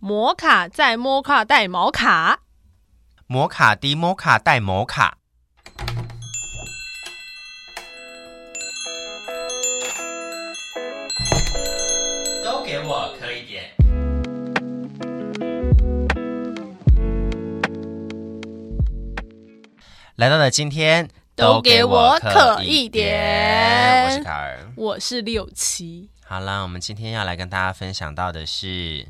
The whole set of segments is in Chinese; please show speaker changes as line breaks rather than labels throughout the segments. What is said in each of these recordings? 摩卡在摩卡带毛卡，
摩卡滴摩卡带摩卡，都给我可以点。来到了今天，
都给我
可
可一点
我是卡尔。
我是六七。
好啦，我们今天要来跟大家分享到的是，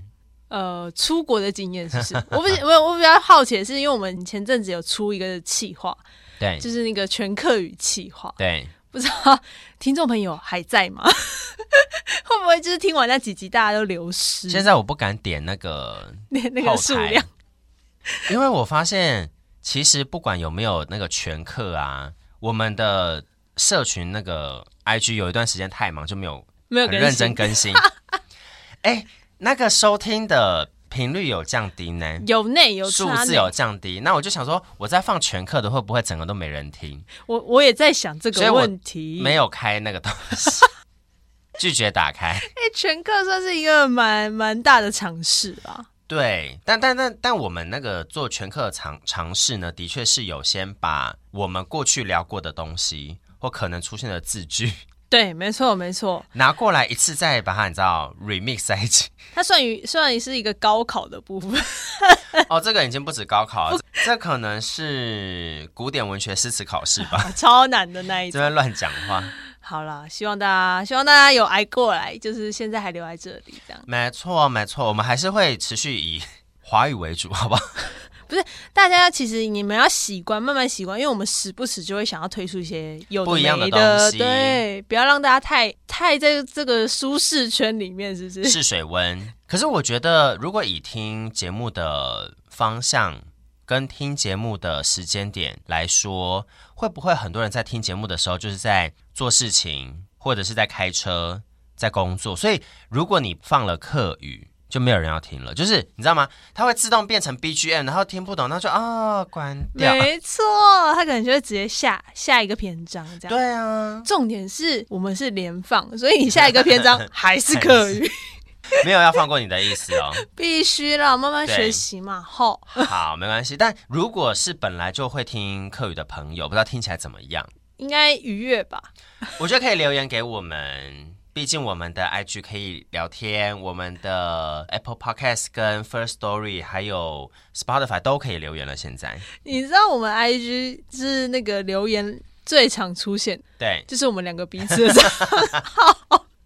呃，出国的经验是不是？ 我比我我比较好奇的是，因为我们前阵子有出一个企划，
对
就是嗯那个全客语企划，
对，
不知道听众朋友还在吗？ 会不会就是听完那几集大家都流失？
现在我不敢点那个
那那
后
个数
台
量，
因为我发现其实不管有没有那个全课啊，我们的社群那个 IG 有一段时间太忙就没有
没有更
很
新
认真更新。 哎、那个收听的频率有降低呢。
有内有
数
差
字哦
内
有降低，那我就想说，我在放全课的会不会整个都没人听？
我我也在想这
所以
个
我
问题。
没有开那个东西， 拒绝打开。
哎、全课算是一个蛮蛮大的尝试吧。
对，但但但但我们那个做全课的尝尝试呢，的确是有先把我们过去聊过的东西或可能出现的字句
对，没错没错，
拿过来一次，再把它你知道 remix 在一起。
它算于算是一个高考的部分。
哦，这个已经不止高考了，这这可能是古典文学诗词考试 吧？
超难的那一
这
种。
边乱讲话，
好啦，希望大家希望大家有挨过来，就是现在还留在这里这样。
没错没错，我们还是会持续以华语为主，好不好？
大家其实你们要习惯，慢慢习惯，因为我们时不时就会想要推出一些有的
不一样的
没的
东西
对，不要让大家太太在这个舒适圈里面，是不是？
试水温。可是我觉得，如果以听节目的方向跟听节目的时间点来说，会不会很多人在听节目的时候，就是在做事情，或者是在开车，在工作？所以，如果你放了课语，就没有人要听了。就是你知道吗？它会自动变成 BGM，然后听不懂，那就啊、关掉。
没错，他可能就会直接下下一个篇章这样。
对啊，
重点是我们是连放，所以你下一个篇 章还是课语，
没有要放过你的意 思哦。
必须啦，慢慢
对
学习嘛。吼，
好，没关系。但如果是本来就会听课语的朋友，不知道听起来怎么样？
应该愉悦吧？
我觉得可以留言给我们，毕竟我们的 IG 可以聊天，我们的 Apple Podcast 跟 First Story 还有 Spotify 都可以留言了。现在，
你知道我们 IG 是那个留言最常出现，
对，
就是我们两个彼此的时 候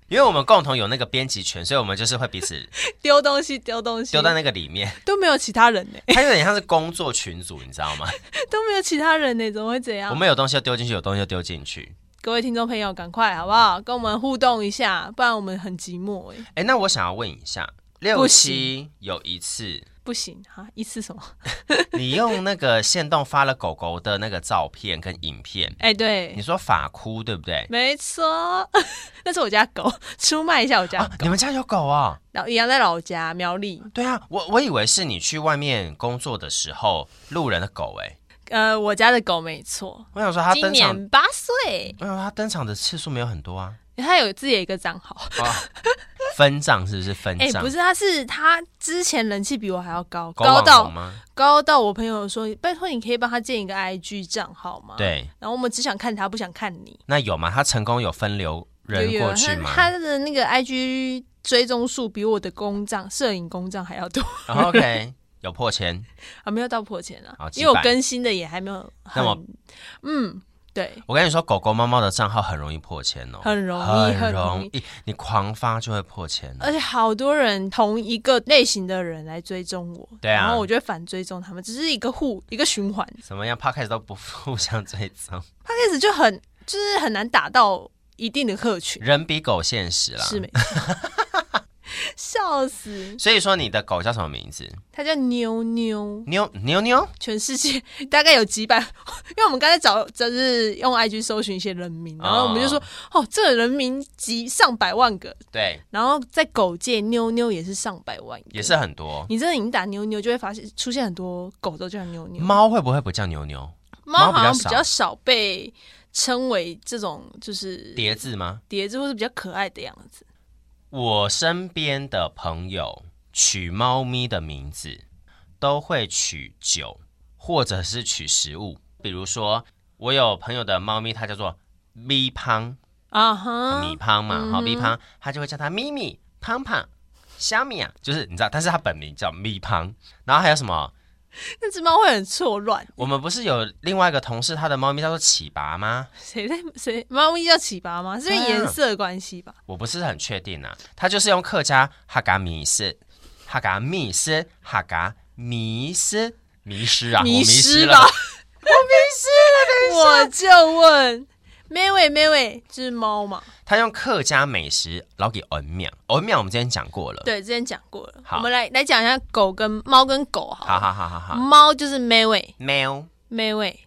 因为我们共同有那个编辑权，所以我们就是会彼此
丢东西、丢东西，
丢在那个里面。
都没有其他人呢、
它有点像是工作群组，你知道吗？
都没有其他人呢、欸怎么会这样
我？们有东西就丢进去，有东西就丢进去。
各位听众朋友，赶快好不好跟我们互动一下，不然我们很寂寞哎、
哎，那我想要问一下，六
不
七有一次
不行哈，一次什么？
你用那个线动发了狗狗的那个照片跟影片，
哎、对
你，说法哭对不 对？
没错，那是我家狗，出卖一下我家
啊，
狗，
你们家有狗啊、
然后一样在老家苗栗。
对啊，我我以为是你去外面工作的时候路人的狗哎、
呃，我家的狗没错，
我想说他
今
登场，
年八岁，
我想说他登场的次数没有很多啊，
它有自己的一个账号。
啊，分账是不是分
哎、
账？
不是，他是他之前人气比我还要高，
狗
高
网红
到
吗？
高到我朋友说，拜托你可以帮他建一个 IG 账号吗？。
对，
然后我们只想看他，不想看你。
那有吗？他成功有分流人
有有
过去
他
吗？
他的那个 IG 追踪数比我的公账、摄影公账还要多
然后哦 OK，有破千，
啊，没有到破千
好
啊，
几
因为我
百
更新的也还没有很
那么
嗯，对，
我跟你说，狗狗猫猫的账号很容易破千哦，
很容易
很
很容
容易，你狂发就会破千哦了
而且好多人同一个类型的人来追踪我，
对啊
然后我就会反追踪他们，只是一个互一个循环。
怎么样 p 开始都不互相追踪，
他开始就很就是很难打到一定的客群。
人比狗现实啦。
是没错， 笑死！
所以说你的狗叫什么名字？
它叫妞妞，
妞妞妞。
全世界大概有几百，因为我们刚才找就是用 IG 搜寻一些人名，然后我们就说哦这个人名集上百万个，
对，
然后在狗界妞妞也是上百万个，
也是。啊很多。
你真的你打妞妞就会发现出现很多狗都叫妞妞，
猫会不会不叫牛牛？
猫好像
比
比
较少
较少被称为这种就是
叠字吗？
叠字或是比较可爱的样子。
我身边的朋友取猫咪的名字都会取酒，或者是取食物。比如说，我有朋友的猫咪，它叫做咪胖，
啊哈，
米胖嘛，好、咪胖，他就会叫他咪咪、胖胖、虾米啊，就是你知道，但是他本名叫咪胖。然后还有什么？
那只猫会很错乱。
我们不是有另外一个同事，他的猫咪叫做启拔吗？
谁在谁猫咪叫启拔吗？是因为
对啊
颜色的关系吧？
我不是很确定啊，他就是用客家哈嘎米斯、哈嘎米斯、哈嘎迷失迷失啊，我
迷
迷
失
失
吧
了。
我就问，妹妹妹妹就是猫嘛？
他用客家美食老给恩庙，恩庙我们之前讲过了。，
对，之前讲过了。
好
我们来来讲一下狗跟猫跟狗好
好
了，
好好好好，
猫就是妹妹
喵
妹妹，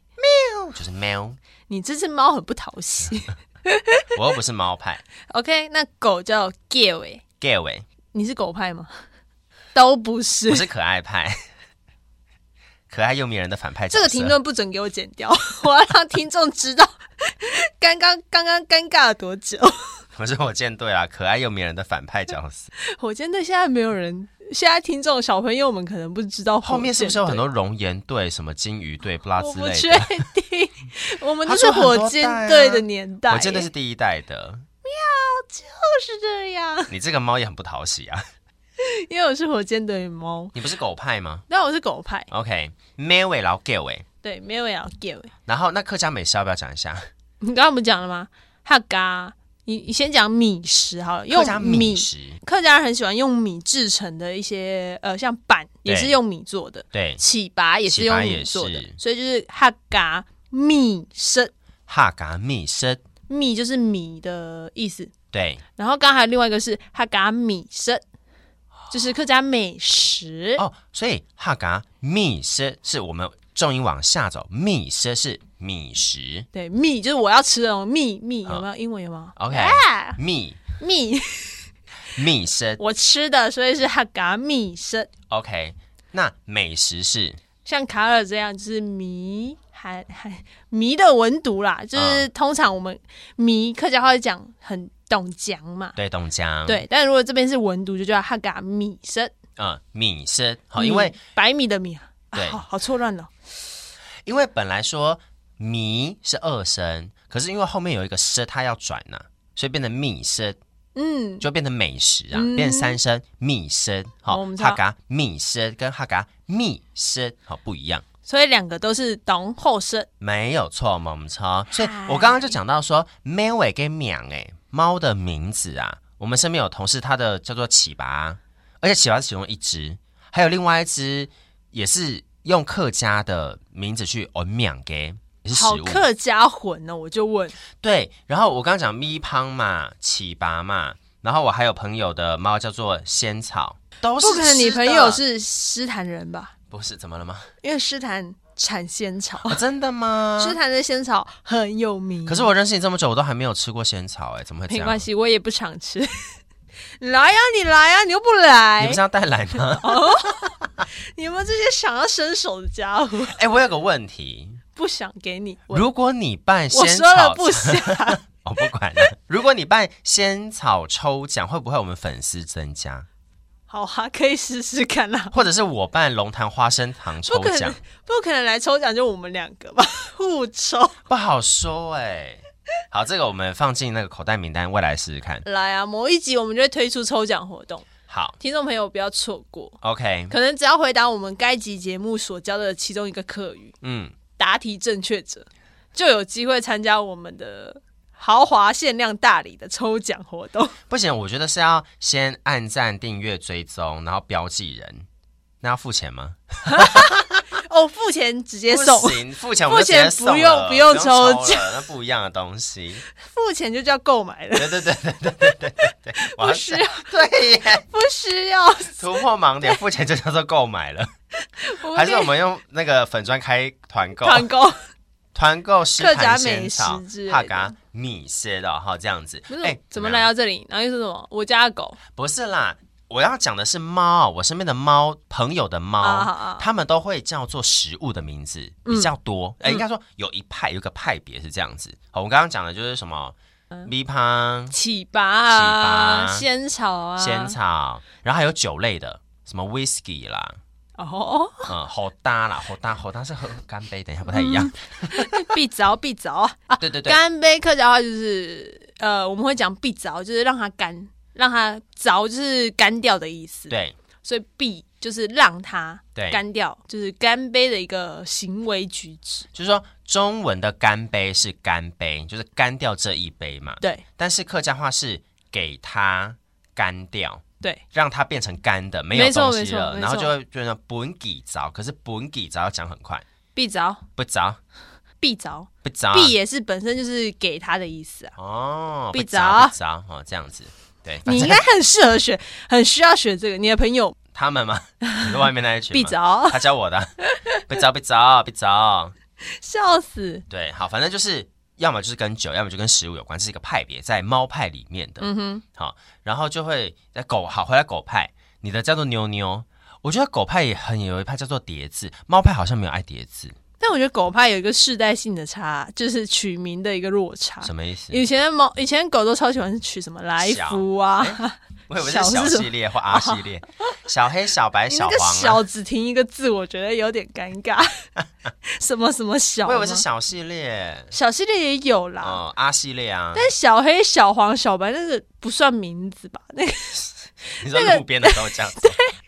就是喵，
你这只猫很不讨喜。
我又不是猫 派。
OK，那狗叫 g a w y
g a y
你是狗派吗？都不是
我。是可爱派，可爱又迷人的反派角
这
色。
个评论不准给我剪掉，我要让听众知道 刚刚刚刚尴尬了多久。
可是我舰队啊，可爱又迷人的反派角 色。
火箭队现在没有人，现在听众小朋友们可能不知道
后面是不是有很
多？
多熔岩队、什么金鱼队、不拉
我
之
不
类
确
的？
定， 我们
他
都是
说很多
火箭
代啊
队的年代耶，
我舰队是第一代的，
就是这样，
你这个猫也很不讨喜啊！
因为我是火箭队的猫，
你不是狗派吗
但我是狗派，
？OK，妹尾然后 gay 尾，
对，没有要 give。
然后那客家美食要不要讲一下？
你刚刚不讲了吗？哈嘎，你你先讲米食好了，用
客家米食，
客家人很喜欢用米制成的一些呃，像板也是
对
用米做的，
对，
起拔也是
起拔
用米
也
做的
是，
所以就是哈嘎米生
哈嘎米生，
米就是米的意思。
对，
然后刚才另外一个是哈嘎米生，就是客家美食。
哦，所以哈嘎米食是我们重音往下走，米食是米食
对，米就是我要吃的哦，蜜蜜
好
有没有英文有吗？
，OK，
啊，
米
蜜，
米食
我吃的，所以是哈嘎米生。
，OK，那美食是
像卡尔这样，就是迷，还还迷的文读啦，就是通常我们迷客家话会讲很懂讲嘛，
对东江，，
对。但如果这边是文读，就叫哈嘎米生，
嗯，米食，好，因为
米百米的米啊，啊
对
好好错乱了。
因为本来说米是二声，可是因为后面有一个食，它要转呐、所以变成米食，
嗯，
就变成美食啊，
嗯哦
变成三声米食，好、
我们知道
哈嘎米食跟哈嘎米食好不一样。
所以两个都是懂后生，
没有错，萌超。所以我刚刚就讲到说，喵尾跟喵哎，猫的名字啊，我们身边有同事，他的叫做启拔，而且启拔是其中一只，还有另外一只也是用客家的名字去哦喵给，也是
好
食物。
客家魂呢、我就问，
对，然后我刚刚讲咪胖嘛，启拔嘛，然后我还有朋友的猫叫做仙草，都是
不可能你
吃的
朋友是诗坛人吧？
不是怎么了 吗？
因为诗坛产仙草，
哦真的吗？
诗坛的仙草很有名。
可是我认识你这么久，我都还没有吃过仙草哎、怎么会这
没
样？
关系，我也不常吃。 来呀、啊你来呀、你又不来，哦
你不是要带来吗？
你们这些想要伸手的家伙，
哎、我有个问题，
不想给你问。
如果你办
我
仙
说了
草，
不想，
我不管了。如果你办仙草抽奖，会不会我们粉丝增加？
好啊，可以试试看啦、
或者是我办龙潭花生糖抽
不可能
奖，，
不可能来抽奖就我们两个吧， 互抽。
不好说哎、好，这个我们放进那个口袋名单，未来试试看。
来啊，某一集我们就会推出抽奖活动，
好
听众朋友不要错过。
，OK，
可能只要回答我们该集节目所教的其中一个课语，
嗯，
答题正确者就有机会参加我们的豪华限量大礼的抽奖活动。
不行，我觉得是要先按赞、订阅、追踪，然后标记人。那要付钱吗？
哦，付钱直接
不
送，
行，付钱我们就
付钱
直接送
不用
了
不用
不
抽
用抽了，那不一样的东西。
付钱就叫购买了，
对对对对对对对对对， 我
不
要
需要
对耶，
不需要。
突破盲点，付钱就叫做购买了，
我
还是
可以
我们用那个粉砖开团购？
团购？
团购是
客家
盘仙
美食
草
之类的
哈嘎米些的哈，这样子。
不是、
哎
怎么
样
来到这里？然后又是什么？我家的狗
不是啦，我要讲的是猫，我身边的猫朋友的猫，
啊啊嗯啊
他们都会叫做食物的名字比较多。哎、应该说有一派有一个派别是这样子。哦好，我刚刚讲的就是什么
嗯
米胖、
起拔啊，
起拔
仙草啊，
仙草，然后还有酒类的。什么 whisky
啊
啦，
哦，
嗯，好搭啦，好搭，好搭是喝干杯，等一下不太一样。
必着必着啊！嗯啊
对对对，
干杯客家话就是呃，我们会讲必着，就是让它干，让它着就是干掉的意思。，
对
所以必就是让它
对，
干掉，就是干杯的一个行为举止。
就是说中文的干杯是干杯，就是干掉这一杯嘛。
对
但是客家话是给它干掉，
对，
让它变成干的，没
没
有
错
东西了，
没错没错
然后就会变成本给着，可是本给着要讲很快，
必着
不着
必着，
不着啊、
必也是本身就是给他的意 思啊。
哦，
必
不
着
着不着哦，这样子。对，反
你应
正
该很适合学，很需要学这个。你的朋友
他 们嘛，你说外面那一群
必
吗，
着，
他教我的，啊不着不着不着。
笑死。
对，好，反正就是要么就是跟酒，要么就跟食物有关，这是一个派别，在猫派里面的。
嗯哼，
好，然后就会在狗好回来狗派，你的叫做妞妞，我觉得狗派也很有一派叫做叠字，猫派好像没有爱叠字，
但我觉得狗派有一个世代性的差，就是取名的一个落差。
什么意思？
以前的猫，以前狗都超喜欢取什么来福啊，
我以为
小
是
是
小
什么
系列或 R 系列，小黑、小白、
你
小
那个
黄、啊。
小只停一个字，我觉得有点尴尬。 什么什么小
我
吗，
以为是小系列，
小系列也有啦，
哦，R 系列啊。
但小黑、小黄、小白那个不算名字吧？ 那个
你说
那个
路边的时候这样子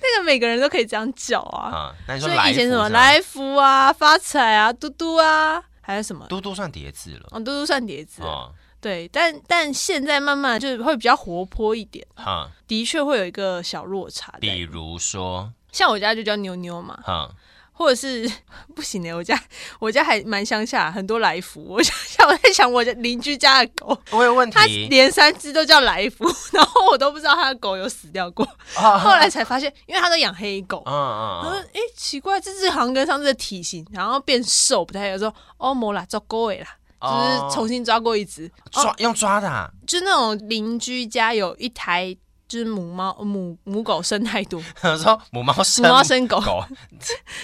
那个每个人都可以这样叫啊。
啊？那你
所
说
以
来
以前
福
什么
是吗
来福啊、发财啊、嘟嘟啊，还有什么？
嘟嘟算叠字了
哦，嘟嘟算叠字，
哦，
对，但但现在慢慢就是会比较活泼一点，
哈，
的确会有一个小落差在。
比如说
像我家就叫妞妞嘛，
哈，
或者是不行欸的，我家我家还蛮乡下，很多来福。我 想想，我在想我家邻居家的狗，
我有问
它
题
连三只都叫来福， 然后我都不知道它的狗有死掉过。
啊，
后来才发现，因为它都养黑 狗。
嗯嗯
然后
嗯，
诶，奇怪，这只好像跟上次的体型，然后变瘦不太一样。说哦，没啦，抓狗啦，就
哦
是重新抓过一只。哦
抓用抓的啊，
就是那种邻居家有一台就是母猫母母狗生太多，
我说母猫
母
生
猫生狗
狗，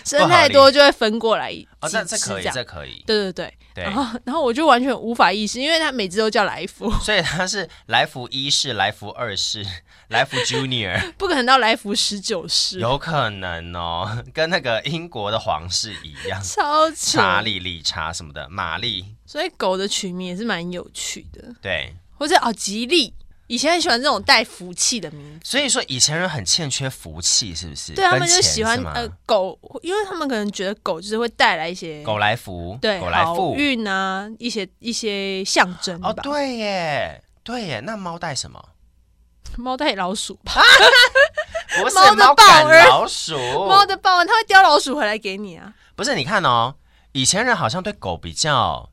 生太多就会分过来几
哦，这这
只
可以，
样哦
这可以，
对对对。
对
然，后 然后我就完全无法意识，因为他每只都叫来福，
所以他是来福一世、来福二世、来福 Junior，
不可能到来福十九世，
有可能哦， 跟那个英国的皇室一样，
超扯。
查理、理查什么的，玛丽，
所以狗的取名也是蛮有趣的，
对，
或者哦吉利，以前很喜欢这种带福气的名字。
所以说以前人很欠缺福气，是不是？
对他
跟
们就
钱
喜欢
是吗
呃狗，因为他们可能觉得狗就是会带来一些
狗来福，
对
狗来
好
富，
运啊，一些一些象征吧。
哦，对耶，对耶，那猫 带什么？
猫带老鼠吧，
不是
猫的宝
猫赶
儿
老鼠，
猫的报恩，它会叼老鼠回来给你啊。
不是，你看哦，以前人好像对狗比较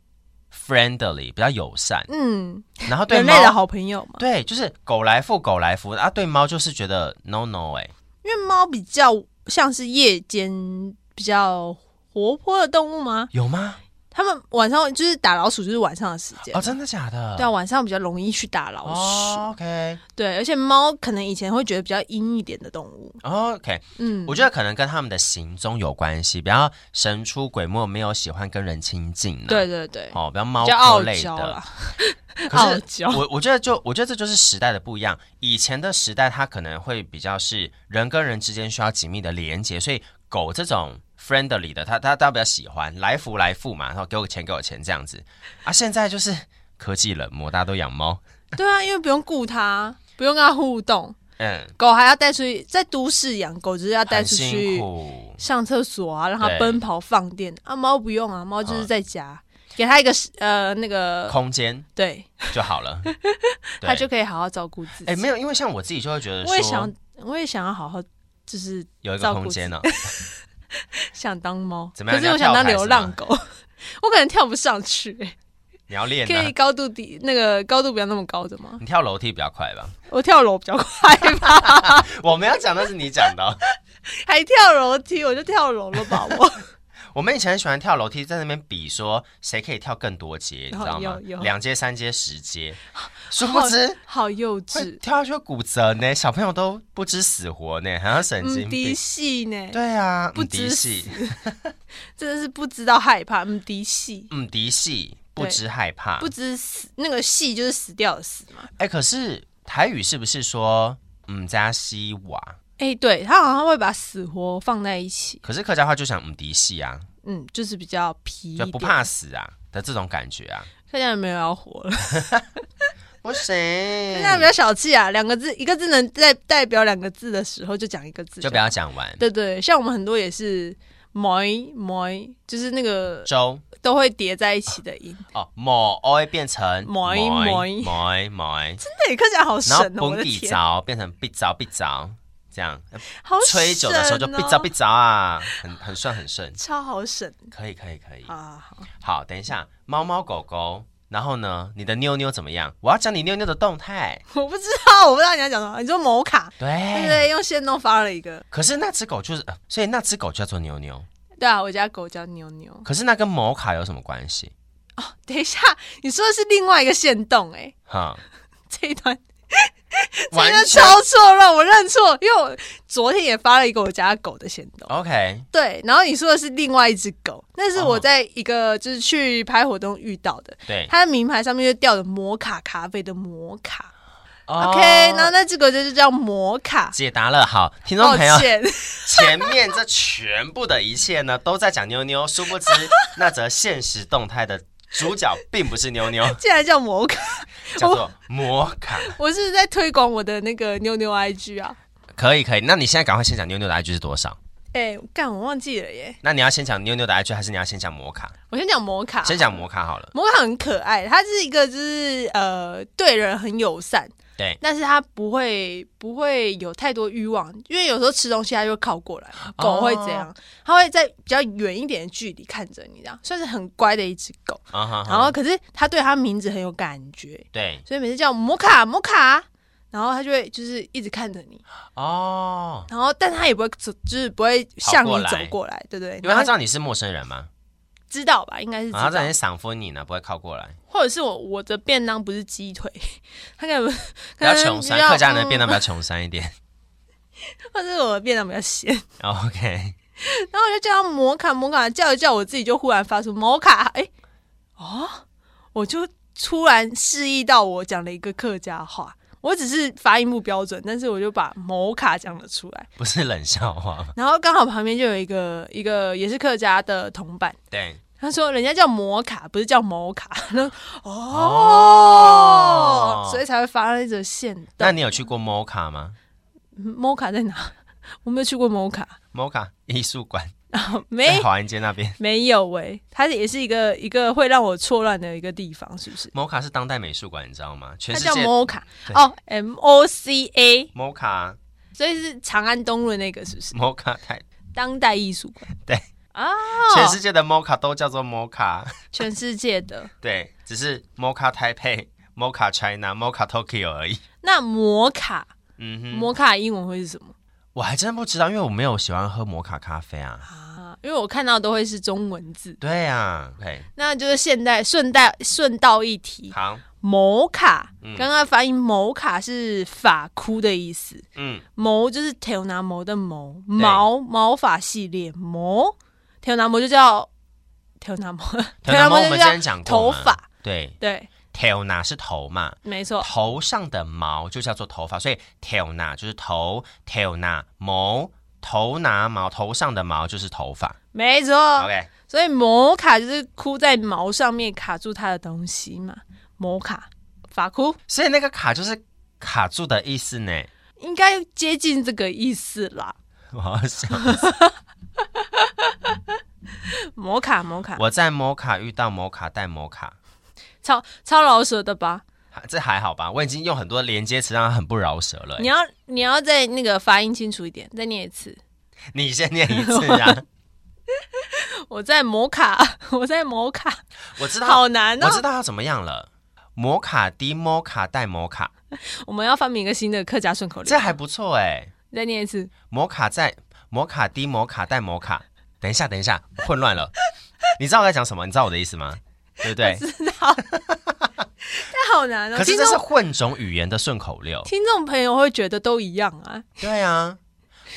friendly，比较友善，
嗯，
然哦后对
人
猫
类的好朋友嘛，
对，就是狗来富，狗来福啊，对猫就是觉得 no no 哎、
因为猫比较像是夜间比较活泼的动物吗？
有吗？
它们晚上就是打老鼠，就是晚上的时间。
哦，真的假的？
对啊，晚上比较容易去打老鼠。
哦，OK，OK、
对，而且猫可能以前会觉得比较阴一点的动物。
o k
嗯，
我觉得可能跟他们的行踪有关系，比较神出鬼没，没有喜欢跟人亲近、啊。
对，对对，
哦，比较猫
比较
科
傲
类
娇啦
的。。
傲
可是
娇
我我觉得就我觉得这就是时代的不一样。以前的时代，它可能会比较是人跟人之间需要紧密的连接，所以狗这种 friendly 的，它它它比较喜欢来福来富嘛，然后给我钱给我钱这样子。啊，现在就是科技冷漠，大家都养猫，
对啊，因为不用顾它，不用跟它互动，
嗯，
狗还要带出去，在都市养狗就是要带
很
出
辛
去
苦。
上厕所啊，让它
对嗯
奔跑放电啊。猫不用啊，猫就是在家，给它一个呃那个
空间
对，
就 好了，对
它就可以好好照顾自己。
哎、没有，因为像我自己就会觉得
我也
说
想，我也想要好好，就是
有一个
照顾
空间呢、
想当猫，
怎么样
可是我
你要
想
跳
当
台是
流浪狗， 我可能跳不上去、哎
你要练
可以
呢、
高度低，那个高度不要那么高的吗？
你跳楼梯比较快吧？
我跳楼比较快吧，
我没有讲，那是你讲的哦、
还跳楼梯，我就跳楼了吧我。
我们以前很喜欢跳楼梯，在那边比说谁可以跳更多阶，你知道吗
有哦有？
两阶、三阶、十 阶，殊不知
好幼
会
稚，
跳下去会骨折呢，小朋友都不知死活呢，好像神
嗯，
经
低
病。
戏呢，
对啊，
不
嗯
知
迪系，
真的是不知道害怕，嗯，低戏。
嗯，迪系不
对
知害怕
不。知死，那个戏就是死掉的死嘛。
哎，可是台语是不是说嗯加西瓦？
哎、对他好像会把死活放在一起，
可是客家话就想母嫡系啊，
嗯，就是比较皮一
就
点，
不怕死啊的这种感觉啊。
客家人没有要活了，
不
客
行
家人比较小气啊，两个字一个字能代代表两个字的时候就讲一个字，
就不要讲完。
对对，像我们很多也是某一某一，就是那个
周
都会叠在一起的音。
哦，某 o 会变成
某
某
某
某某，然
那你客家好神
后
哦，我
蹦
的
地
天，
着变成必着必着，这样
好神
吹酒的时候就必着
哦
必着啊，很很顺很顺，
超好省
可以可以可以。
啊！好
好，等一下，猫猫狗狗，然后呢，你的妞妞怎么样？我要讲你妞妞的动态。
我不知道，我不知道你要讲什么。你说某卡，对对
对，
对，用线动发了一个。
可是那只狗就是，呃所以那只狗叫做妞妞。
对啊，我家狗叫妞妞。
可是那跟摩卡有什么关系？
等一下，你说的是另外一个线动哎、
哈，
这一段
完
真的
全
超错乱，我认错，因为我昨天也发了一个我家狗的线动。
OK。
对，然后你说的是另外一只狗，那是
哦
我在一个就是去拍活动遇到的，
对
它的名牌上面就吊着摩卡咖啡的摩卡。
哦
OK，然后那只狗就是叫摩卡。
解答了。好，听众
抱
朋友，
歉，
前面这全部的一切呢，都在讲妞妞，殊 不知那则现实动态的主角并不是妞妞，
竟然叫摩卡，
叫做摩卡。
我是不是在推广我的那个妞妞 IG 啊。
可以可以，那你现在赶快先讲妞妞的 IG 是多少？
哎、干，我忘记了耶。
那你要先讲妞妞的 IG，还是你要先讲摩卡？
我先讲摩卡，
先讲摩卡好了。
摩卡很可爱，它是一个就是呃对人很友善，
对，
但是它不会不会有太多欲望，因为有时候吃东西它就会靠过来，狗会这
哦
样，它会在比较远一点的距离看着你，这样算是很乖的一只狗。
啊哈
然后可是它对它名字很有感觉，
对
所以每次叫摩卡摩卡，然后它就会就是一直看着你，
哦，
然后但它也不会走，就是不会向
跑过
你
来
走过来，对不对？
因为他
然
知
后
道你是陌生人嘛，
知道吧，应该是知
然后
道
他。在那赏敷你呢，不会靠过来。
或者是我我的便当不是鸡腿， 他可能
比
可
较
能
穷
比
酸，
较
客家人的便
嗯
当比较穷酸一点。
或者是我的便当比较咸，
OK，
然后我就叫他摩卡摩卡，叫一叫我自己就忽然发出摩卡， 哎、哦，我就突然示意到我讲了一个客家话，我只是发音不标准，但是我就把摩卡讲了出来，
不是冷笑话吗？
然后刚好旁边就有一个一个也是客家的同伴。
对，
他说：“人家叫摩卡，不是叫摩卡。” 然后
哦
哦，所以才会发生一则线动。
那你有去过 Moca 吗
摩卡在哪？ 我没有去过摩卡，
？Moca 艺术馆在
没
华安街那边。
没有喂、它也是一个一个会让我错乱的一个地方，是不是？
摩卡是当代美术馆，你知道吗？全
它
世
叫
界
摩卡
对
哦，M O C A，
摩卡
所以是长安东路那个，是不是？
摩卡太，
当代艺术馆
对
啊，
全世界的摩卡都叫做摩卡，
全世界的
对，只是摩卡台北、摩卡 China、摩卡 Tokyo 而已。
那摩卡，
嗯哼，
摩卡英文会是什么
我还真不知道，因为我没有喜欢喝摩卡咖啡啊。
啊？因为我看到都会是中文字，
对啊，OK，
那就是现代顺带顺道一提，
好，
摩卡
嗯，
刚刚发音摩卡是发箍的意思。
嗯，
毛就是 t e l n a m o 的毛，毛毛发系列毛 t e l n a m o 就叫 t e l n a m o t
台南猫我
e
们
就
之
叫
前讲过
头
嘛，
发，
对
对，
，tail 哪是头嘛，
没错，
头上的毛就叫做头发，所以 tail 哪就是头，tail 哪毛，头拿毛，头上的毛就是头发。
没错。
OK，
所以摩卡就是箍在毛上面卡住它的东西嘛，摩卡发箍
所以那个卡就是卡住的意思呢。
应该接近这个意思啦。
我好想，
摩卡摩卡，
我在摩卡遇到摩卡带摩卡，
超超老舌的吧？
还这还好吧？我已经用很多连接词让他很不饶舌了欸、
你要你要再那个发音清楚一点，再念一次。
你先念一次啊！
我在摩卡， 我在摩卡，
我知道，
好难哦
我。知道要怎么样了。摩卡低摩卡带摩卡，
我们要发明一个新的客家顺口溜。
这还不错哎。
再念一次，
摩卡在摩卡低摩卡带摩卡。等一下，等一下，混乱了。 你知道我在讲什么？你知道我的意思吗？对 不对？
知道？但好难哦、
可是
听
这是
众
混种语言的顺口溜。
听众朋友会觉得都一样啊，
对啊，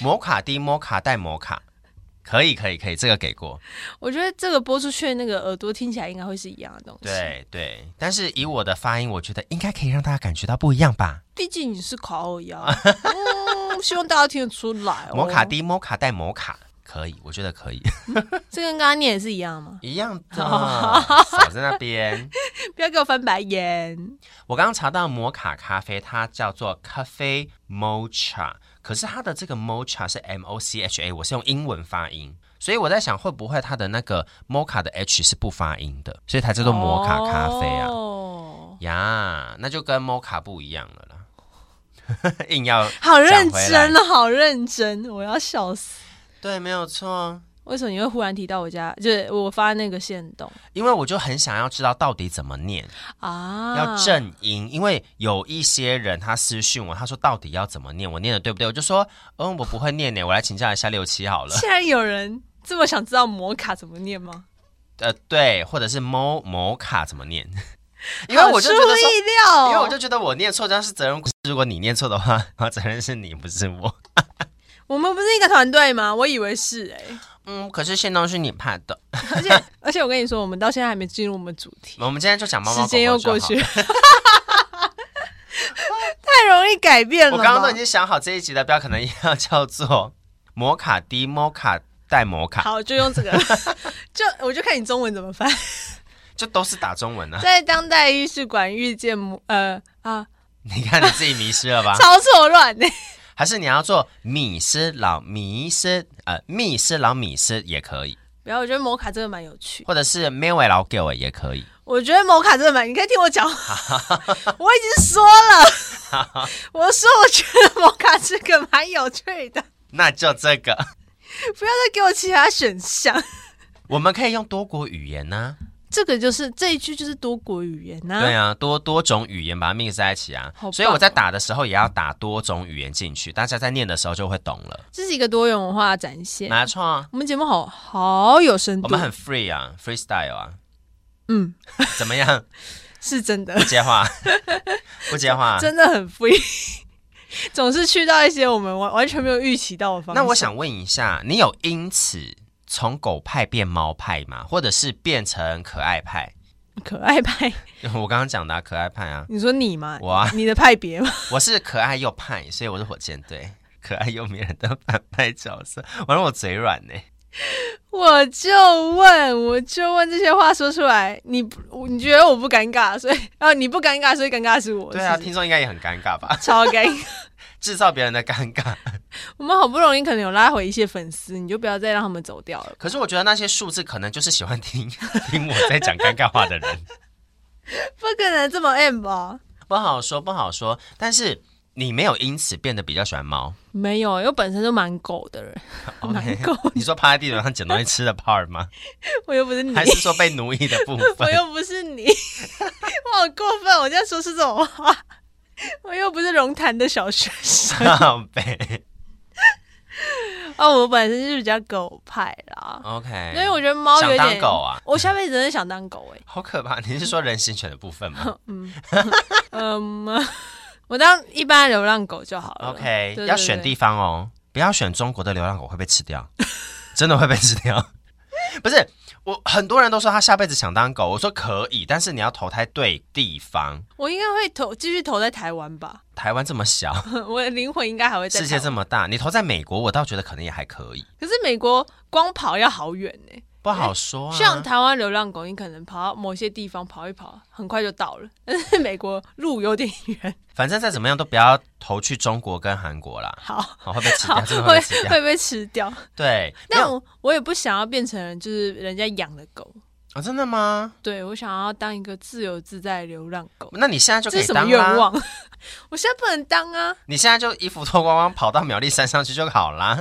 摩卡低摩卡带摩卡，可以可以可以，这个给过。
我觉得这个播出去的那个耳朵听起来应该会是一样的东西。，
对对，但是以我的发音，我觉得应该可以让大家感觉到不一样吧。
毕竟你是烤耳 鸭，嗯，希望大家听得出来、哦。
摩卡，低摩卡带摩卡，可以，我觉得可 以，
这跟刚刚念也是一样吗？
一样 的。少在那边，
不要给我翻白眼。
我刚刚查到摩卡咖啡，它叫做咖啡 mocha，可是它的这个 mocha 是 M O C H A，我是用英文发音。所以我在想，会不会它的那个 mocha 的 H 是不发音的，所以才叫做摩卡咖啡啊？
哦，
呀，那就跟 mocha 不一样了啦。 硬要
好认
讲回来
真哦，好认真，我要笑死。
对，没有错，
为什么你会忽然提到我家？就是我发那个线动
因为我就很想要知道到底怎么念，
啊，
要正音，因为有一些人他私讯我，他说到底要怎么念，我念的对不对？我就说，嗯，我不会念呢，我来请教一下六七好了。
现在有人这么想知道摩卡怎么念吗？
呃，对，或者是某某卡怎么念， 因为我就觉
好
得
出
说。
意料，
因为我就觉得我念错，但是责任如果你念错的话， 责任是你不是我。
我们不是一个团队吗？我以为是哎、
嗯，可是现动是你怕的。
而 且而且我跟你说，我们到现在还没进入我们主题，
我们今天就讲猫猫
时间
狗
又
狗就
过
好
去， 太容易改变了
我
吧。
刚刚都已经想好这一集的标，可能要叫做摩卡低摩卡带摩卡，
好，就用这个， 就我就看你中文怎么翻。
就都是打中文啊。
在当代艺术馆遇见摩呃啊，
你看你自己迷失了吧？
超错乱 呢、
还是你要做米斯老迷失呃密斯老米斯也可以，
不要，我觉得摩卡真的蛮有趣。
或者是 m i l 老 g i l 也可以。
我觉得摩卡真的蛮……你可以听我讲话， 我已经说了，我说我觉得摩卡这个蛮有趣的，
那就这个，
不要再给我其他选项。
我们可以用多国语言呢、
这个就是这一句就是多国语言呐、
对啊，多多种语言把它 mix 在一起啊
好棒。哦
所以我在打的时候也要打多种语言进去，大家在念的时候就会懂了。
这是一个多元文化的展现。
没错，啊
我们节目好好有深
我
度
们，很 free 啊，freestyle 啊，
嗯，
怎 么样？
是真的，
不接话， 不接话。
真的很 free，总是去到一些我们完完全没有预期到的方向。
那我想问一下，你有因此从狗派变猫派吗？或者是变成可爱派？
可爱派，
我刚刚讲的、啊、可爱派啊，
你说你吗？
我啊
你的派别吗？
我是可爱又派，所以我是火箭队，可爱又迷人的反派角色。完了，我嘴软呢、
我就问，我就问这些话说出来，你不我你觉得我不尴尬，所以啊你不尴尬，所以尴尬的是我，
对
是
啊，
不是
听众应该也很尴尬吧？
超尴尬。
制造别人的尴尬。
我们好不容易可能有拉回一些粉丝，你就不要再让他们走掉了。
可是我觉得那些数字可能就是喜欢听 听我在讲尴尬话的人，
不可能这么哎 M 吧？
不好说，不好说。但是你没有因此变得比较喜欢 猫。
没有，因为我本身就蛮狗的人， 蛮
OK，
狗的，
你说趴在地板上捡东西吃的 part 吗？
我又不是你，
还是说被奴役的部
我
分？
又不是你， 我好过分，我这样说出这种话，我又不是龙潭的小学 生
靠背。
哦，我本身就是比较狗派啦，
OK，
因为我觉得猫有
想当
点
狗啊，
我下辈子真的想当狗哎、
好可怕！你是说人形犬的部分吗
嗯， 我当一般流浪狗就好了。
？OK，
对对
要选地方哦，不要选中国的流浪狗，会被吃掉， 真的会被吃掉。 不是，我很多人都说他下辈子想当狗，我说可以，但是你要投胎对地方。
我应该会投继续投在台湾吧，
台湾这么小，
我的灵魂应该还会在
世界
台湾
这么大，你投在美国，我倒觉得可能也还可以，
可是美国光跑要好远呢、
不好说啊。
像台湾流浪狗，你可能跑到某些地方跑一跑，很快就到了。 但是美国路有点远，
反正再怎么样都不要投去中国跟韩国啦，
好
哦、会被吃
好
掉，真的
会
会被吃掉。
会被吃掉。
对， 没
但
有
我我也不想要变成就是人家养的狗，
啊，真的吗？
对我想要当一个自由自在的流浪狗。
那你现在就
这
可
是
以
什么
当啊
愿
啦。
望？ 我现在不能当啊，
你现在就衣服脱光光跑到苗栗山上去就好啦。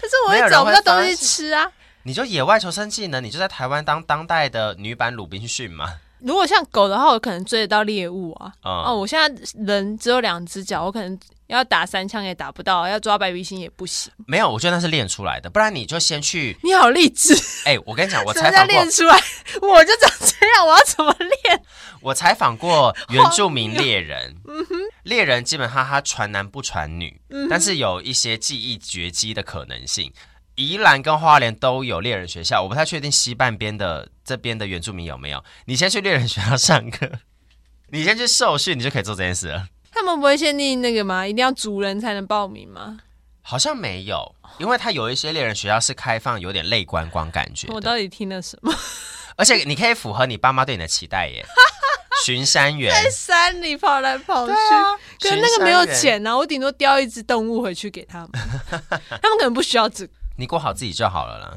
可是我
没
也
有人
找不
会
到
发
东西
现
吃啊。
你就野外求生技能，你就在台湾当当代的女版鲁滨逊嘛。
如果像狗的话，我可能追得到猎物啊。
嗯
哦，我现在人只有两只脚，我可能要打三枪也打不到，啊要抓白鼻星也不行。
没有，我觉得那是练出来的，不然你就先去。
你好励 志，
哎、我跟你讲，我
什么
采
叫
访过
练，出来？我就长这样，我要怎么练？
我采访过原住民猎人。
嗯
猎人基本上他传男不传女，但是有一些技艺绝技的可能性。宜兰跟花莲都有猎人学校，我不太确定西半边的这边的原住民有没有。你先去猎人学校上课，你先去受训，你就可以做这件事了。
他们不会限定那个吗？一定要族人才能报名吗？
好像没有，
哦
因为它有一些猎人学校是开放，有点类观光感觉
我
的，
到底听了什么？
而且你可以符合你爸妈对你的期待耶。巡山员，
在山里跑来跑去，
啊
可是那个没有，钱啊呢、我顶多叼一只动物回去给他 们，他们可能不需要这个，
你过好自己就好了啦，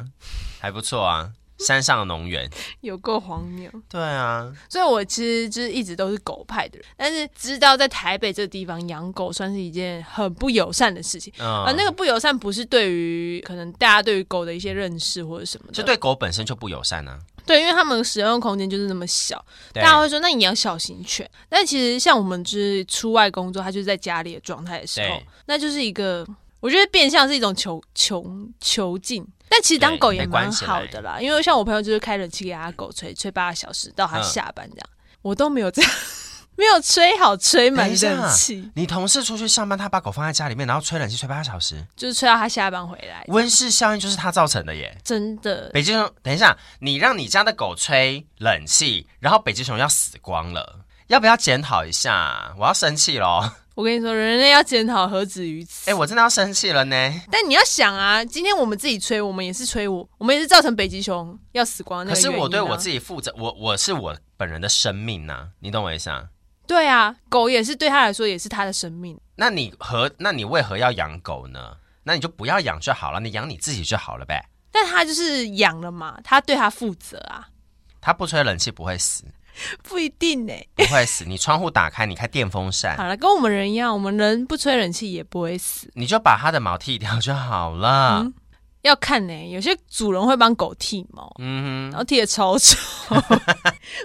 还不错啊。山上的农园，
有够荒谬。
对啊，
所以我其实就是一直都是狗派的人，但是知道在台北这个地方养狗算是一件很不友善的事情。
嗯，
啊，那个不友善不是对于可能大家对于狗的一些认识或者什么的，
就对狗本身就不友善啊。
对，因为他们使用空间就是那么小，大
对
家会说那你要小型犬。但其实像我们就是出外工作，他就是在家里的状态的时候
对，
那就是一个我觉得变相是一种囚囚囚禁。但其实当
对
狗也
被关
蛮
起
好
来
的啦，因为像我朋友就是开冷气给他狗吹，吹八个小时到他
嗯
下班这样，我都没有这样， 没有吹好吹满
等一下
冷气，
你同事出去上班，他把狗放在家里面，然后吹冷气吹八小时，
就是吹到他下班回来，
温室效应就是他造成的耶。
真的。
北极熊，等一下，你让你家的狗吹冷气，然后北极熊要死光了，要不要检讨一下？我要生气咯！
我跟你说，人类要检讨何止于此。
哎、我真的要生气了呢。
但你要想啊，今天我们自己吹，我们也是吹我，我们也是造成北极熊要死光的
可
哦那个啊
是我对我自
己，
己负责，我我是我本人的生命呐、你懂我意思啊？
对啊，狗也是对他来说也是他的生命。
那你和那你为何要养狗呢？那你就不要养就好了，你养你自己就好了呗。
但他就是养了嘛，他对他负责啊，
它不吹冷气不会死，
不一定呢、
不会死。你窗户打开，你开电风扇，
好了，跟我们人一样，我们人不吹冷气也不会死，
你就把它的毛剃掉就好了。
嗯要看呢、有些主人会帮狗剃毛，
嗯
然后剃的超丑。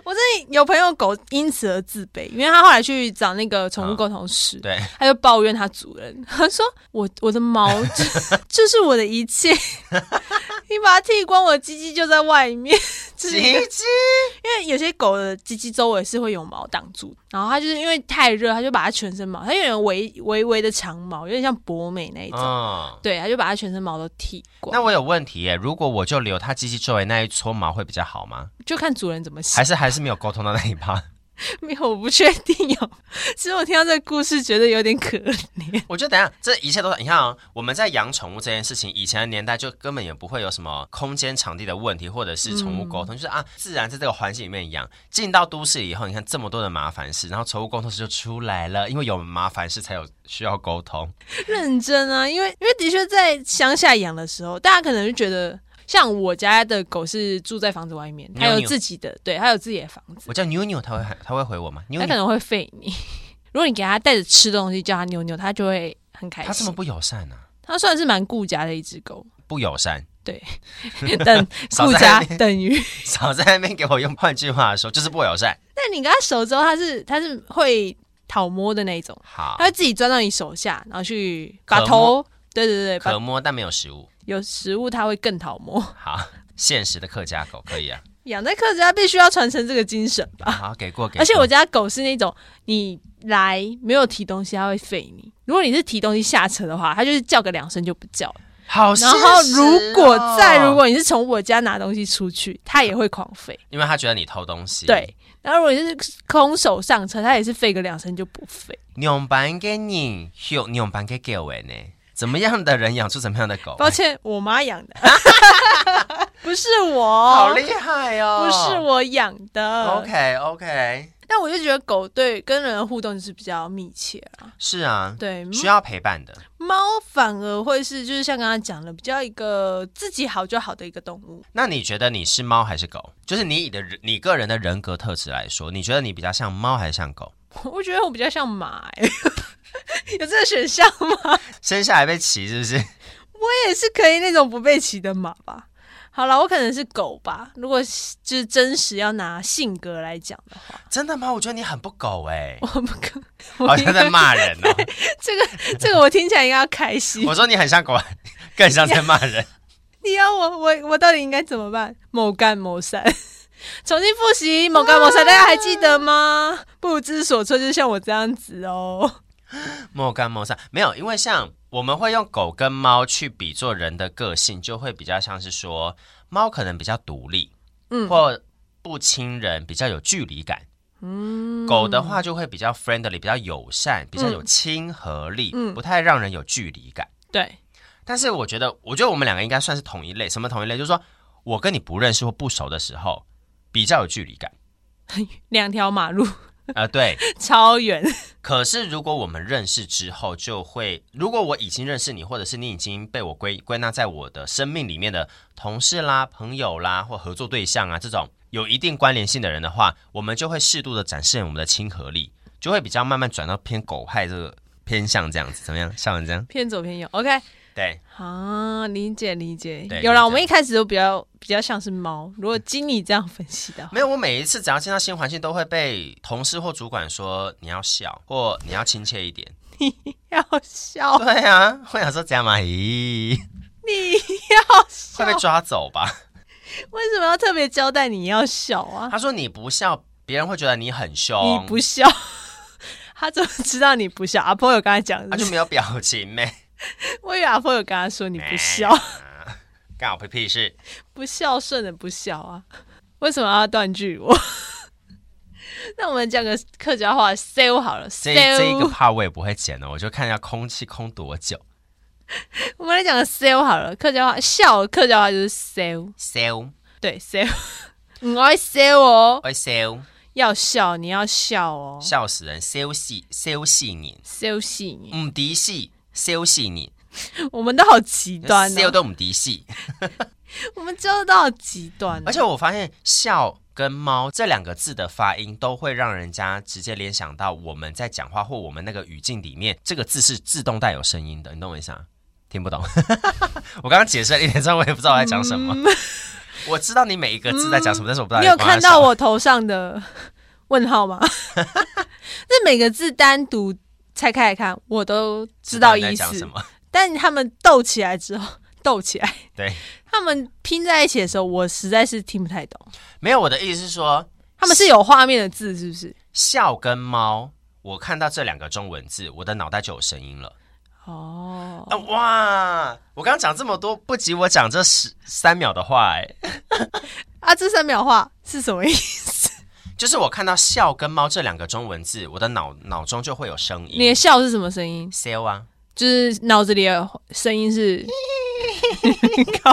我真的有朋友狗因此而自卑，因为他后来去找那个宠物沟通师，
哼，对，
他就抱怨他主人，他说：“我我的毛 就就是我的一切， 你把它剃光，我的鸡鸡就在外面。” 就是因
鸡鸡
为有些狗的鸡鸡周围是会有毛挡住，然后它就是因为太热，它就把它全身毛，它有点微微微的长毛，有点像博美那一种，
嗯。
对，它就把它全身毛都剃
那
光，
我有问题耶，如果我就留它鸡鸡周围那一撮毛会比较 好吗？
就看主人怎么想
还。是还是没有沟通到那一趴？
没有，我不确定有。其实我听到这个故事，觉得有点可怜。
我觉得等一下这一切都是你看啊、我们在养宠物这件事情，以前的年代就根本也不会有什么空间场地的问题，或者是宠物沟通，就是啊，自然在这个环境里面养。进到都市以后，你看这么多的麻烦事，然后宠物沟通师就出来了，因为有麻烦事才有需要沟通。
认真啊，因为因为的确在乡下养的时候，大家可能就觉得，像我家的狗是住在房子外面，
妞
它
妞
有自己的，对，它有自己的房子，
我叫妞妞，它会喊它会回我吗？妞
它可
妞，
能会吠你。 如果你给它带着吃的东西，叫它妞妞，它就会很开
它这么
心。
不友善啊？
它算是蛮顾家的一只狗，
不友善，
等
少
顾
在
家
那边
等于。
少在那边给我用换句话说，就是不友善。
但你给它手之后，它是它是会讨摸的那一种，
好
它，会自己钻到你手下，然后去把
啊可
头，对对对，把
可摸但没有食物。
有食物它会更讨摸。
好，现实的客家狗可以啊。
养在客家必须要传承这个精神吧。
好，给过给过。
而且我家狗是那种你来没有提东西，它会吠你；如果你是提东西下车的话，它就是叫个两声就不叫了。
好现
然
实哦，
后如果再如果你是从我家拿东西出去，它也会狂吠。
因为他觉得你偷东西，，
对，然后如果你是空手上车，它也是吠个两声就不吠。
两班给你，有两班给给我呢。怎么样的人养出怎么样的狗，
抱歉，我妈养的，不是我，
好厉害哦！
不是我养的。
，OK OK，
但我就觉得狗对跟人的互动就是比较密切啊。
是啊，
对，
需要陪伴的。
猫反而会是，就是像刚刚讲的，比较一个自己好就好的一个动物。
那你觉得你是猫还是狗？就是你以的人你个人的人格特质来说，你觉得你比较像猫还是像狗？
我觉得我比较像马、欸， 有这个选项吗？
生下来被骑是不 是？
我也是可以那种不被骑的马吧。好了，我可能是狗吧。如果是就是真实要拿性格来讲的话，
真的吗？我觉得你很不狗哎、
我不可。我
好像在骂人 哦。
这个，这个我听起来应该要开心。
我说你很像狗， 更像在骂人。
你要我，我我到底应该怎么办？某干某散， 重新复习某干某散，大家还记得吗？不知所措，就像我这样子哦。
莫干莫散没有，因为像我们会用狗跟猫去比作人的个性，就会比较像是说猫可能比较独立，
嗯
或不亲人，比较有距离感。嗯，狗的话就会比较 friendly，比较友善，比较有亲和力，
嗯
不太让人有距离感。
对，
但是我觉得，我觉得我们两个应该算是同一类。什么同一类？就是说我跟你不认识或不熟的时候，比较有距离感。
两条马路
啊，对。
超远，
可是如果我们认识之后，就会如果我已经认识你，或者是你已经被我归归纳在我的生命里面的同事啦、朋友啦或合作对象啊这种有一定关联性的人的话，我们就会适度的展现我们的亲和力，就会比较慢慢转到偏狗派这个偏向这样子，怎么样？像文这样，
偏左偏右。OK，
对
啊，理解理解
对，
有啦，
理解
我们一开始都比较比较像是猫。如果经你这样分析的话，
没有，我每一次只要见到新环境，都会被同事或主管说你要笑，或你要亲切 一点。
要 笑
对啊，会想说这样嘛，咦，
你要
会
笑
被，抓走吧？
为什么要特别交代你要笑啊？
他说你不笑，别人会觉得你很凶，
你不笑， 他怎么知道你不笑？阿婆有跟他讲是不
他
是，
啊就没有表情没？
我以为阿婆有跟他说你不笑，
干我屁屁事！
不孝顺的不孝啊，为什么要断句我？ 那我们讲个客家话 s a l 好了 s
这
a
这一个
l
怕我也不会剪的，我就看一下空气空多久。
我们来讲个 s a l 好了，客家话笑，客家话就是 s a l
sell
对 s a l 你爱 s a l 哦，
会 sell
要笑，你要笑哦
哎笑死人，sell 戏 sell 戏你，
s a l 戏你，
唔敌戏 sell 戏你
我们都好极端
，sell
哦，
都唔敌戏。
我们教的都好极端哦、
而且我发现“笑”跟“猫”这两个字的发音，都会让人家直接联想到我们在讲话或我们那个语境里面，这个字是自动带有声音的。你懂我意思啊？听不懂。 我刚刚解释了一连串，我也不知道我在讲什么。我知道你每一个字在讲什么，但是我不知道
嗯你
在
有
讲什么
看到？我头上的 问号吗？ 那每个字单独拆开来看，我都知道
你在
意
讲
思
什，么？
但他们斗起来之后，斗起来，
对，
他们拼在一起的时候，我实在是听不太懂。
没有，我的意思是说，
他们是有画面的字，是不是？
笑跟猫，我看到这两个中文字，我的脑袋就有声音了。
哦，
啊哇！我刚刚讲这么多，不及我讲这十三秒的话、哎。
啊，这三秒画是什么意思？
就是我看到“笑”跟“猫”这两个中文字，我的脑脑中就会有声
你
音
的。笑是什么声音？
笑啊，
就是脑子里的声音 是。靠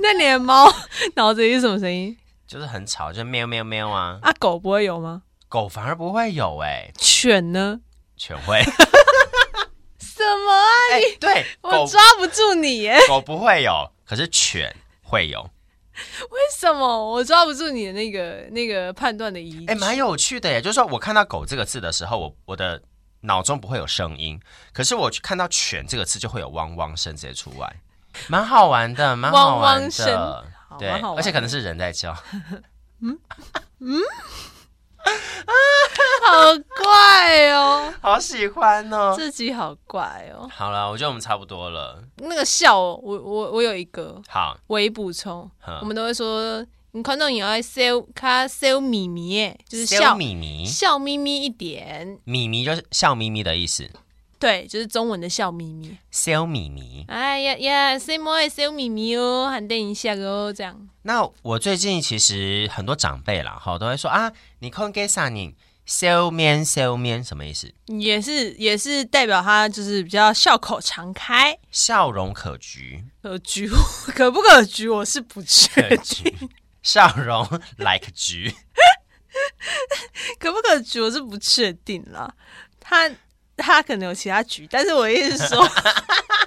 那你的猫脑子里是什么声音？
就是很吵，就喵喵喵啊。
啊，狗不会有吗？
狗反而不会有哎、
犬呢？
犬 会。
什么啊？
哎、对，
哎我
狗
抓不住你耶！
狗不会有，可是犬会有。
为 什么我抓不住你的那个那个判断的依据？
哎、蛮有趣的耶。就是说我看到“狗”这个字的时候，我我的脑中不会有声音，可是我看到“犬”这个字就会有汪汪声直接出来，蛮好玩的，蛮好玩的。
汪汪声好
对
蛮好，玩的
而且可能是人在叫。
好怪哦，
好喜欢哦。
这集 好怪哦。
好了，我觉得我们差不多了。
那个笑，我我我有一个
好，
微补充，
哼
我们都会说，嗯你看到你要 sell 卡 sell 咪咪耶，就是
笑
笑
咪咪，
笑眯眯一点，
咪咪就是笑眯眯的意思。
对，就是中文的笑眯眯。
笑咪咪。
哎呀呀，sell more sell 咪咪哦，喊等一下哦，这样。
那我最近其实很多长辈啦，哈，都会说啊，你看给啥你笑面笑面什么意思？
也是也是代表他就是比较笑口常开，
笑容可掬，
可举呃 可不可举，我是不
可
确定，
掬， 笑容 like 菊。
可不可举我是不确定啦。他他可能有其他局，但是我意思是说，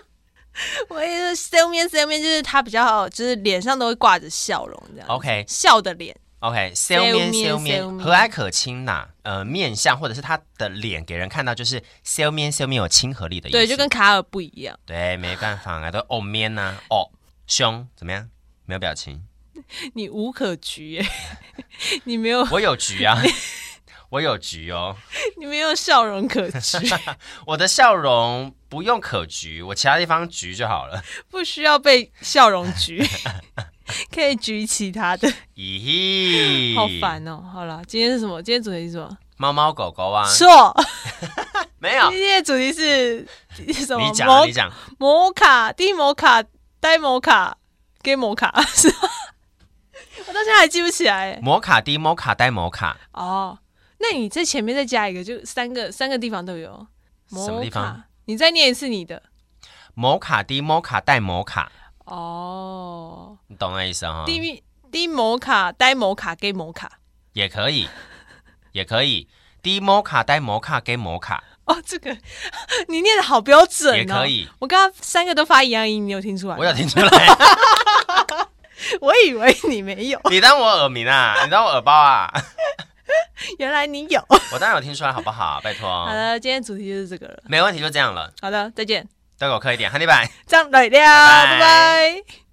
我意思是笑面笑面就是他比较就是脸上都会挂着笑容这样
OK
笑的脸，
OK，笑面笑
笑面
面
笑，面
和蔼可亲呐、呃，面相或者是他的脸给人看到就是笑面笑面有亲和力的意思。
对，就跟卡尔不一样。
对，没办法啊，都哦面呐、哦凶怎么样？没有表情。
你无可举耶， 你没有
我有局啊， 我有局哦。
你没有笑容可掬，
我的笑容不用可局，我其他地方局就好了。
不需要被笑容举， 可以举其他的。
咦嘿，
好。烦哦！好了，今天是什么？今天主题是什么？
猫猫狗狗啊，
错，
啊没有
今，天的主题是什么？
你讲啊
摩
你讲，
摩卡、低摩卡、呆摩卡、gay 摩卡， 是吗？我到现在还记不起来欸。
摩卡低摩卡呆摩卡，
哦，那你这前面再加一个，就三个三个地方都有。
什么地方
摩卡？你再念一次你的。
摩卡低摩卡呆摩卡，
哦，
你懂那意思哈？
低密低摩卡、呆摩卡、gay 摩卡。
也可以，也可以，低摩卡呆摩卡给摩卡
哦，这个你念的好标准哦。
也可。以，
我刚刚三个都发一样音，你有听出来吗？
我有听出来，
我以为你没有，
你当我耳鸣啊？你当我耳包啊？
原来你有。
我当然有听出来，好不好？拜托
好，的，今天主题就是这个了。
没问题，就这样了，
好的，再见，
都给我磕一点，哈尼拜。
张磊亮，拜
拜
拜。